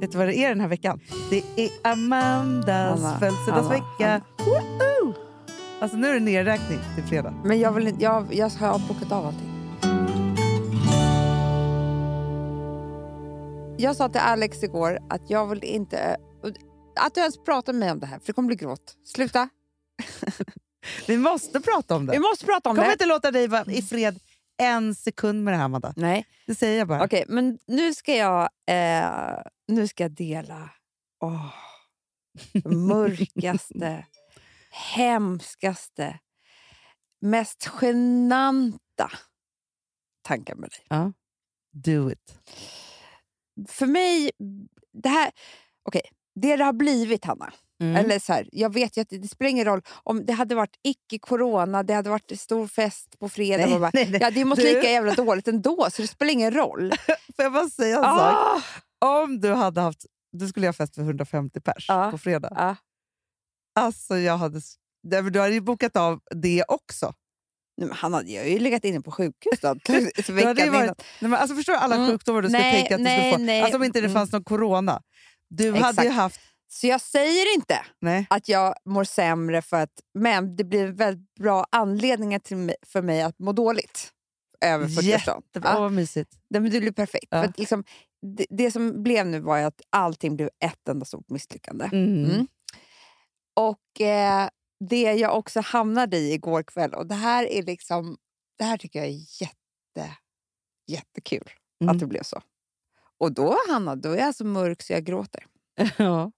vet du vad det är den här veckan? Det är Amandas Anna, födelsedagsvecka. Anna, Woho! Alltså nu är det nerräkning till fredag. Men jag, vill, inte- jag, jag har bokat av allting. Jag sa till Alex igår att jag vill inte... Att du ens pratar med mig om det här, för det kommer bli gråt. Sluta! Vi måste prata om det. Vi måste prata om Kommer det! inte låta dig vara i fred en sekund med det här Amanda. Nej, Det säger jag bara. okej. men nu ska jag, eh, nu ska jag dela åh, mörkaste, hemskaste, mest genanta tankar med dig. Do it. för mig... Det här, okej, det det har blivit, Hanna. Mm. Eller så här, jag vet ju att det, det spelar ingen roll om det hade varit icke-corona, det hade varit stor fest på fredag. Nej, och bara, nej, nej. ja, det är mått Du- lika jävla dåligt ändå, så det spelar ingen roll. Får jag bara säga en sak? Ah! Om du hade haft... Du skulle ha fest för 150 pers Ja. på fredag. Ja. Alltså jag hade... s- Nej, men Du hade ju bokat av det också. Nej, men Hanna, jag har ju legat inne på sjukhus då, veckan Du hade ju innan. varit, nej, men alltså förstår du alla Mm. sjukdomar du skulle Nej, tänka att du nej, skulle få? nej. Alltså om inte det Mm. fanns någon corona. Du hade Exakt. ju haft... Så jag säger inte Nej. att jag mår sämre, för att, men det blir en väldigt bra anledning till, mig- för mig att må dåligt över 40-årsdagen. Det var, Ja. Åh, vad mysigt. Nej, men det blev perfekt. Ja. För att liksom, det, det som blev nu var ju att allting blev ett enda stort misslyckande. Mm. Mm. Och eh, det jag också hamnade i igår kväll, och det här är liksom, det här tycker jag är jätte, jättekul Mm. att det blev så. Och då, Hanna, då är jag så mörk så jag gråter. Ja.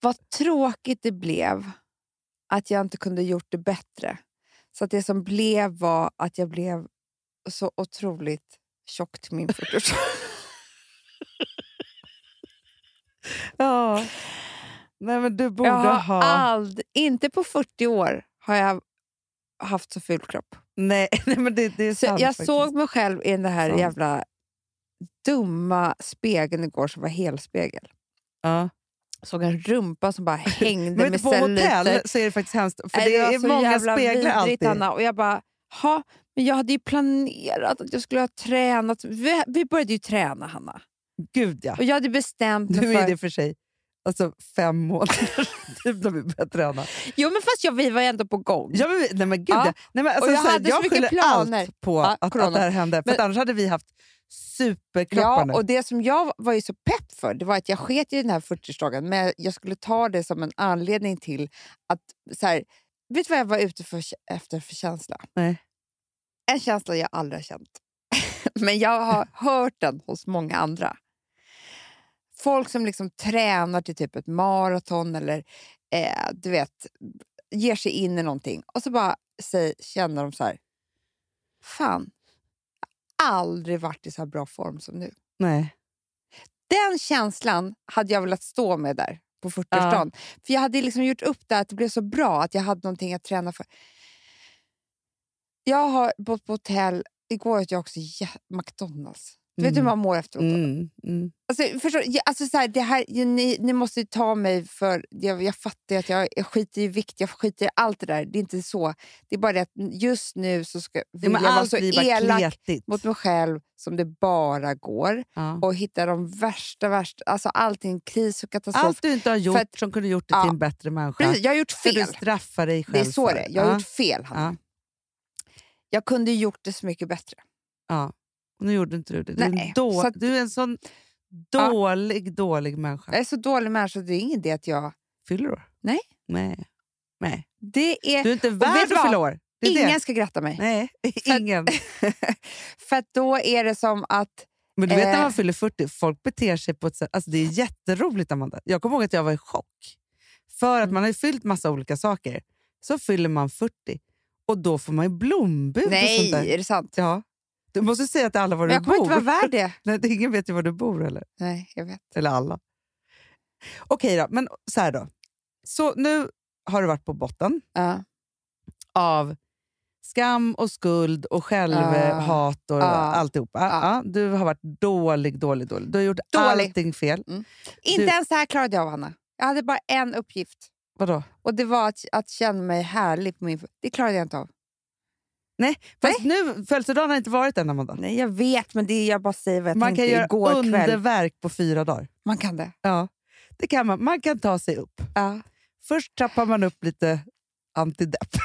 Vad tråkigt det blev att jag inte kunde gjort det bättre. Så att det som blev var att jag blev så otroligt tjock till min 40 ja. Nej, men du borde jag har ha... ald- inte på 40 år har jag haft så ful kropp. Nej, nej, men det, det är Så sant jag faktiskt. såg mig själv i den här Sant. jävla dumma spegeln igår som var helspegel. Ja. Såg en rumpa som bara hängde Men med på hotell celluliter. så är det faktiskt hemskt. För Nej, det, var är så många jävla speglar vidrigt, alltid. Anna. Och jag bara, ha, men jag hade ju planerat att jag skulle ha tränat. Vi, vi började ju träna, Hanna. Gud ja. Och jag hade bestämt mig Nu för... är det för sig alltså, fem månader typ när vi börjar träna. Jo, men fast jag, vi var ju ändå på gång. Ja, men, vi- nej, men gud Ja. ja. Nej, men, alltså, Ah. Och jag så här, hade så jag mycket skyller planer. allt på Ja, att, corona. att det här hände. För Men- att annars hade vi haft superkroppar Ja, nu. och det som jag var ju så pepp för det var att jag sket i den här 40-årsdagen men jag skulle ta det som en anledning till att... Så här, vet du vad jag var ute för, efter för känsla? Nej. En känsla jag aldrig har känt. men jag har hört den hos många andra. Folk som liksom tränar till typ ett maraton eller eh, du vet, ger sig in i någonting och så bara säg, känner de så här... Fan, jag har aldrig varit i så här bra form som nu. Nej. Den känslan hade jag velat stå med där på 40-årsdagen. För jag hade liksom gjort upp det att det blev så bra att jag hade någonting att träna för. Jag har bott på hotell. Igår åt jag också jä- McDonalds. Du vet hur Mm. man mår efteråt? Mm, mm. Alltså, förstår, du? Ja, alltså så här, det här, ju- ni, ni måste ju ta mig för... Jag, jag fattar ju att jag, jag skiter i vikt, jag skiter i allt det där. Det är inte så. Det är bara det att just nu så ska, Ja, vill men jag vara allt så blir bara elak kletigt. mot mig själv som det bara går Ja. och hitta de värsta, värsta, alltså allting, kris och katastrof. Allt du inte har gjort För att- som kunde gjort dig Ja. till en bättre människa. Precis, jag har gjort Ska du fel. straffa dig själv Det är så för. det är. Jag har Ja. gjort fel, Hanna. Ja. Jag kunde ju gjort det så mycket bättre. Ja. Och nu gjorde inte du det. Du är, en Nej, då, så att- du är en sån Ja. dålig, dålig människa. Jag är så dålig människa, det är ingen idé att jag... Fyller år? Nej. Nej. Nej. Det är... Du är inte värd vet att du vad? fylla år. Det är Ingen det. ska gratta mig. Nej, ingen. För att då är det som att... Men du vet när Eh. man fyller 40, folk beter sig på ett sätt... Alltså det är jätteroligt, Amanda. Jag kommer ihåg att jag var i chock. För Mm. att man har ju fyllt massa olika saker. Så fyller man 40 och då får man ju blombud och sånt Nej, där. är det sant? Ja. Du måste säga till alla var Men du jag kommer bor. inte vara värd det. Nej, det- ingen vet ju var du bor eller? Nej, jag vet. Eller alla. Okej då, men så här då. Så nu har du varit på botten Ja. av skam och skuld och självhat och Ah. alltihopa. Ah. Ja, du har varit dålig, dålig, dålig. Du har gjort Dålig. allting fel. Inte Du- ens det här klarade jag av, Hanna. Jag hade bara en uppgift. Vadå? Och det var att, att känna mig härlig på min... Det klarade jag inte av. Fast nu, födelsedagen har inte varit än, Amanda. Nej, jag vet, men det är jag bara säger vad jag Man tänkte kan göra igår kväll. underverk på fyra dagar. Man kan det. Ja, det kan man. Man kan ta sig upp. Ja. Först trappar man upp lite antidepp.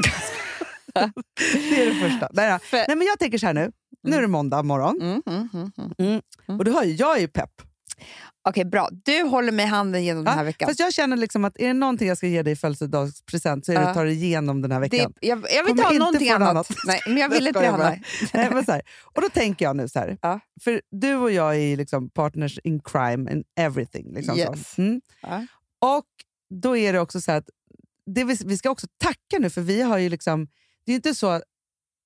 det är det första. Nej, ja. För- Nej, men jag tänker så här nu. Nu är det måndag morgon Mm, mm, mm, mm. och du hör ju, jag är ju pepp. Okej, bra. Du håller mig i handen genom den Ja, här veckan. Fast jag känner liksom att är det någonting jag ska ge dig i födelsedagspresent så är det Ja. att ta dig igenom den här Det, veckan. jag, jag vill Kommer inte ha inte någonting få något annat. annat. Nej, men jag vill Jag inte skojar hamna... Nej, men så här. Och då tänker jag nu så här. Ja. För du och jag är ju liksom partners in crime and everything. Liksom Yes. så. Mm. Ja. Och då är det också så här att det vi, vi ska också tacka nu för vi har ju liksom, det är ju inte så,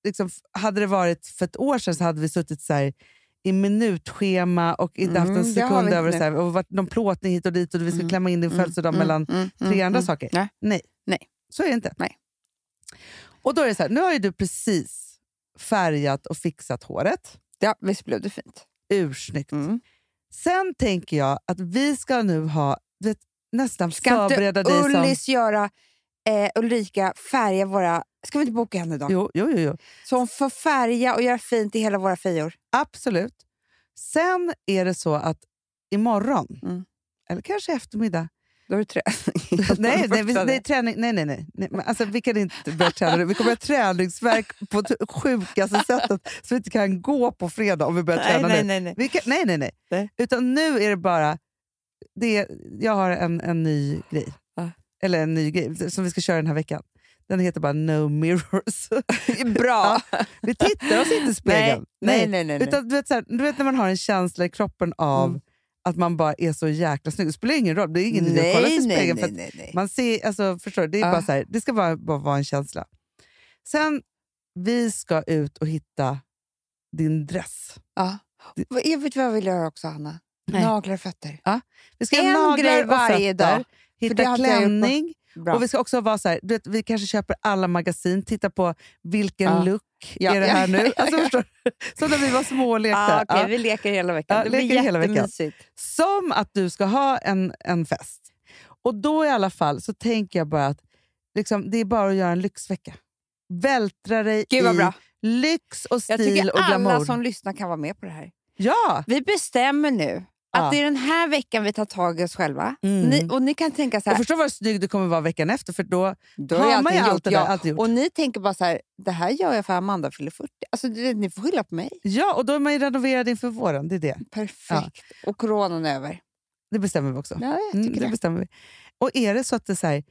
liksom, f- hade det varit för ett år sedan så hade vi suttit så här i minutschema och inte haft Mm, en det har vi sekund inte över nu. så här, och varit någon plåtning hit och dit och vi ska Mm, klämma in din födelsedag mellan mm, tre andra saker. Nej. Nej. Så är det inte. Nej. Och då är det så här, nu har ju du precis färgat och fixat håret. Ja, visst blev det fint? Ursnyggt. Mm. Sen tänker jag att vi ska nu ha, du vet, nästan Ska förbereda inte dig som... Ullis göra eh, Ulrika färga våra... Ska vi inte boka henne då? Jo, jo, jo, jo. Så hon får färga och göra fint i hela våra fejor. Absolut. Sen är det så att imorgon, Mm. eller kanske i eftermiddag... Då är det tre. nej, nej, vi, nej, träning, nej, nej, nej. nej men alltså, vi kan inte börja träna nu. Vi kommer ha träningsverk på t- sjukaste sättet så vi inte kan gå på fredag om vi börjar träna nej, nu. nej, nej, nej. Vi kan, nej, nej, nej, Nej. Utan nu är det bara... Det är, jag har en, en ny grej. Ja. Eller en ny grej som vi ska köra den här veckan. Den heter bara No Mirrors. Bra! vi tittar oss inte i spegeln. nej, nej, nej. nej. Utan, du, vet, så här, du vet när man har en känsla i kroppen av Mm. att man bara är så jäkla snygg. Det spelar ingen roll. Det är ingen idé att kolla sig i nej, nej, spegeln. för nej, att nej, nej. man ser, alltså, förstår du? Det, är Ja. bara så här, det ska bara, bara vara en känsla. Sen, vi ska ut och hitta din dress. Ja. Det- Vad- Jag eh, vet vad jag vill göra också, Hanna. Nej. Naglar och fötter. Vi ska En ha naglar grej och varje fötter, dag, det Hitta har inte jag gjort på- klänning. Bra. Och vi ska också vara så här, du vet, vi kanske köper alla magasin, titta på vilken Ja. look Ja, är det ja, här nu. ja, Alltså, ja. förstår du? Som när vi var små och lekte. Ja, okej, Ja. Vi leker hela veckan. Ja, det blir leker hela veckan. jättemysigt. Som att du ska ha en, en fest. Och då i alla fall så tänker jag bara att liksom, det är bara att göra en lyxvecka. Vältra dig Gud vad i bra. lyx och Jag stil tycker och glamour. alla som lyssnar kan vara med på det här. Ja! Vi bestämmer nu att Ja. det är den här veckan vi tar tag i oss själva. Mm. Ni, och ni kan tänka så Och här, förstå vad snygg du kommer vara veckan efter för då då har har jag man ju alltid allt gjort det där. ja. Allt gjort. Och ni tänker bara så här, det här gör jag för Amanda fyller 40. Alltså, det, ni får skylla på mig. ja, och då är man ju renoverad inför våren. Det är det. Perfekt. Och coronan är över. Det bestämmer vi också. Ja, jag tycker Mm, det det. bestämmer vi. Och är det så att det är så här,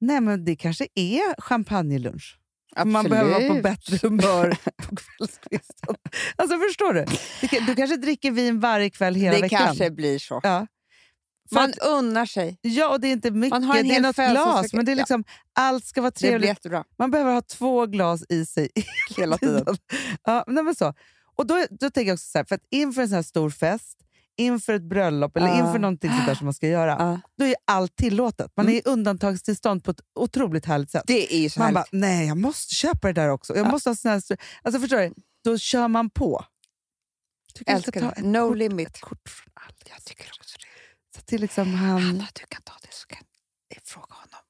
nej men det kanske är champagnelunch. Man behöver vara på Absolut. bättre humör på kvällskvisten. Alltså förstår du? Du, kan- du kanske dricker vin varje kväll hela Det veckan. kanske blir så. Ja. För Man att, unnar sig. ja, och det är inte mycket. Man har en det är hel något födelsedagsvecka. glas, men det är Ja. liksom, allt ska vara Det blir trevligt. jättebra Man behöver ha två glas i sig hela tiden. Ja, nej men så. Och då, då tänker jag också så här, för att inför en sån här stor fest, inför ett bröllop eller Ja. inför någonting sånt där som man ska göra, Ja. Mm. då är ju allt tillåtet. Man är i undantagstillstånd på ett otroligt härligt sätt. Det är ju så man härligt. bara, nej jag måste köpa det där också. Jag måste ha sån här... str- Alltså förstår du? Då kör man på. Tycker jag ska Älskar ta det. ett No kort, limit. ett kort från allt. Jag tycker också det. Så till liksom han... Hanna, du kan ta det så kan jag fråga honom.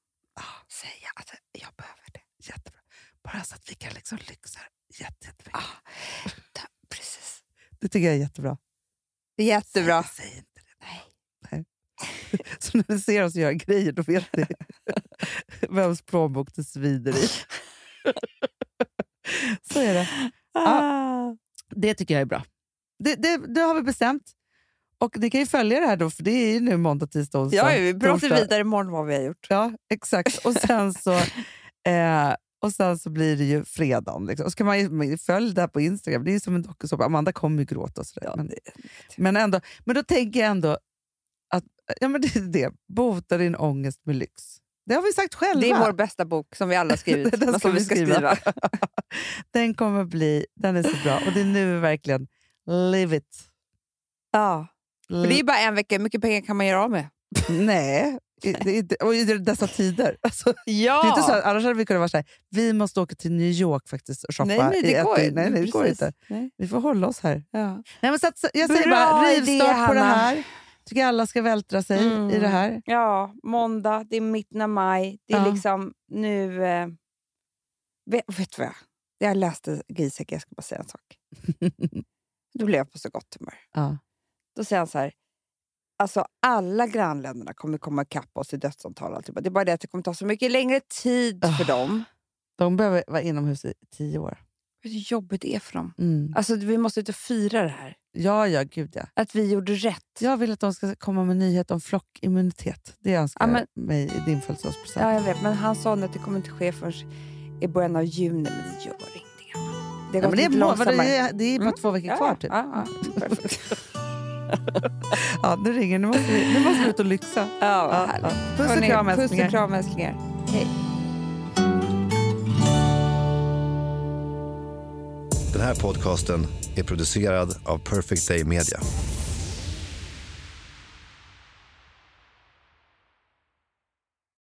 Säga att jag behöver det. Jättebra. Bara så att vi kan liksom lyxa jätte, jättemycket. Ja, ta- precis. Det tycker jag är jättebra. Jättebra. Säg säg inte det. Nej. Så när ni ser oss göra grejer, då vet ni vems plånbok det svider i. Så är det. Ah. Det tycker jag är bra. Det, det, det har vi bestämt. Och Ni kan ju följa det här då, för det är ju nu måndag, tisdag, onsdag. Ja, vi pratar torsdag. vidare imorgon vad vi har gjort. Ja, exakt. Och sen så, eh, och sen så blir det ju fredagen. Liksom. Och så kan man ju följa det här på Instagram. Det är ju som en dokusåpa. Amanda kommer ju gråta och sådär. Ja, men, men, ändå, men då tänker jag ändå att ja, men det är det. bota din ångest med lyx. Det har vi sagt själva. Det är vår bästa bok som vi alla har skrivit. Den men ska som vi vi ska skriva. skriva. Den kommer bli, den är så bra. Och det är nu vi verkligen live it. Ja. För det är bara en vecka. Hur mycket pengar kan man göra av med? Nej, i- det är inte- och i dessa tider. Alltså, Ja! Det är inte så, att- annars hade vi kunnat vara så här, vi måste åka till New York faktiskt och shoppa. nej, nej, i det ett går, dygn. nej, nej, det går precis. inte. Nej. Vi får hålla oss här. Ja. Nej, men så att, jag säger Bra bara, idé, rivstart på det Hanna. här. Mm. tycker alla ska vältra sig i det här. Ja, måndag, det är mitten av maj. Det är Ja. liksom nu... Eh, vet, vet du vad? Jag, jag läste Giesecke, jag ska bara säga en sak. Då blev jag på så gott humör. Ja. Då säger han så här, Alltså alla grannländerna kommer komma ikapp oss i dödsantal. och alltihopa. Det är bara det att det kommer ta så mycket längre tid för Ah. dem. De behöver vara inomhus i tio år. Vet du Hur jobbigt det är för dem? Mm. Alltså vi måste ut och fira det här. Ja, ja, gud ja. Att vi gjorde rätt. Jag vill att de ska komma med nyhet om flockimmunitet. Det önskar Ja, men- jag mig i din födelsedagspresent. Ja, jag vet. Men han sa nu att det kommer inte ske förrän i början av juni. Men det gör ingenting. Det Ja, går men det, är lite må- vadå, långsammare. det är- det är bara två veckor Ja, kvar ja. typ. Ja, ja. Perfekt. Ja, nu ringer Nu måste vi, nu måste vi ut och lyxa. ja, vad Ja, härligt. ja. Puss och Hörni, kram puss och älsklingar. kram älsklingar. Den här podcasten är producerad av Perfect Day Media.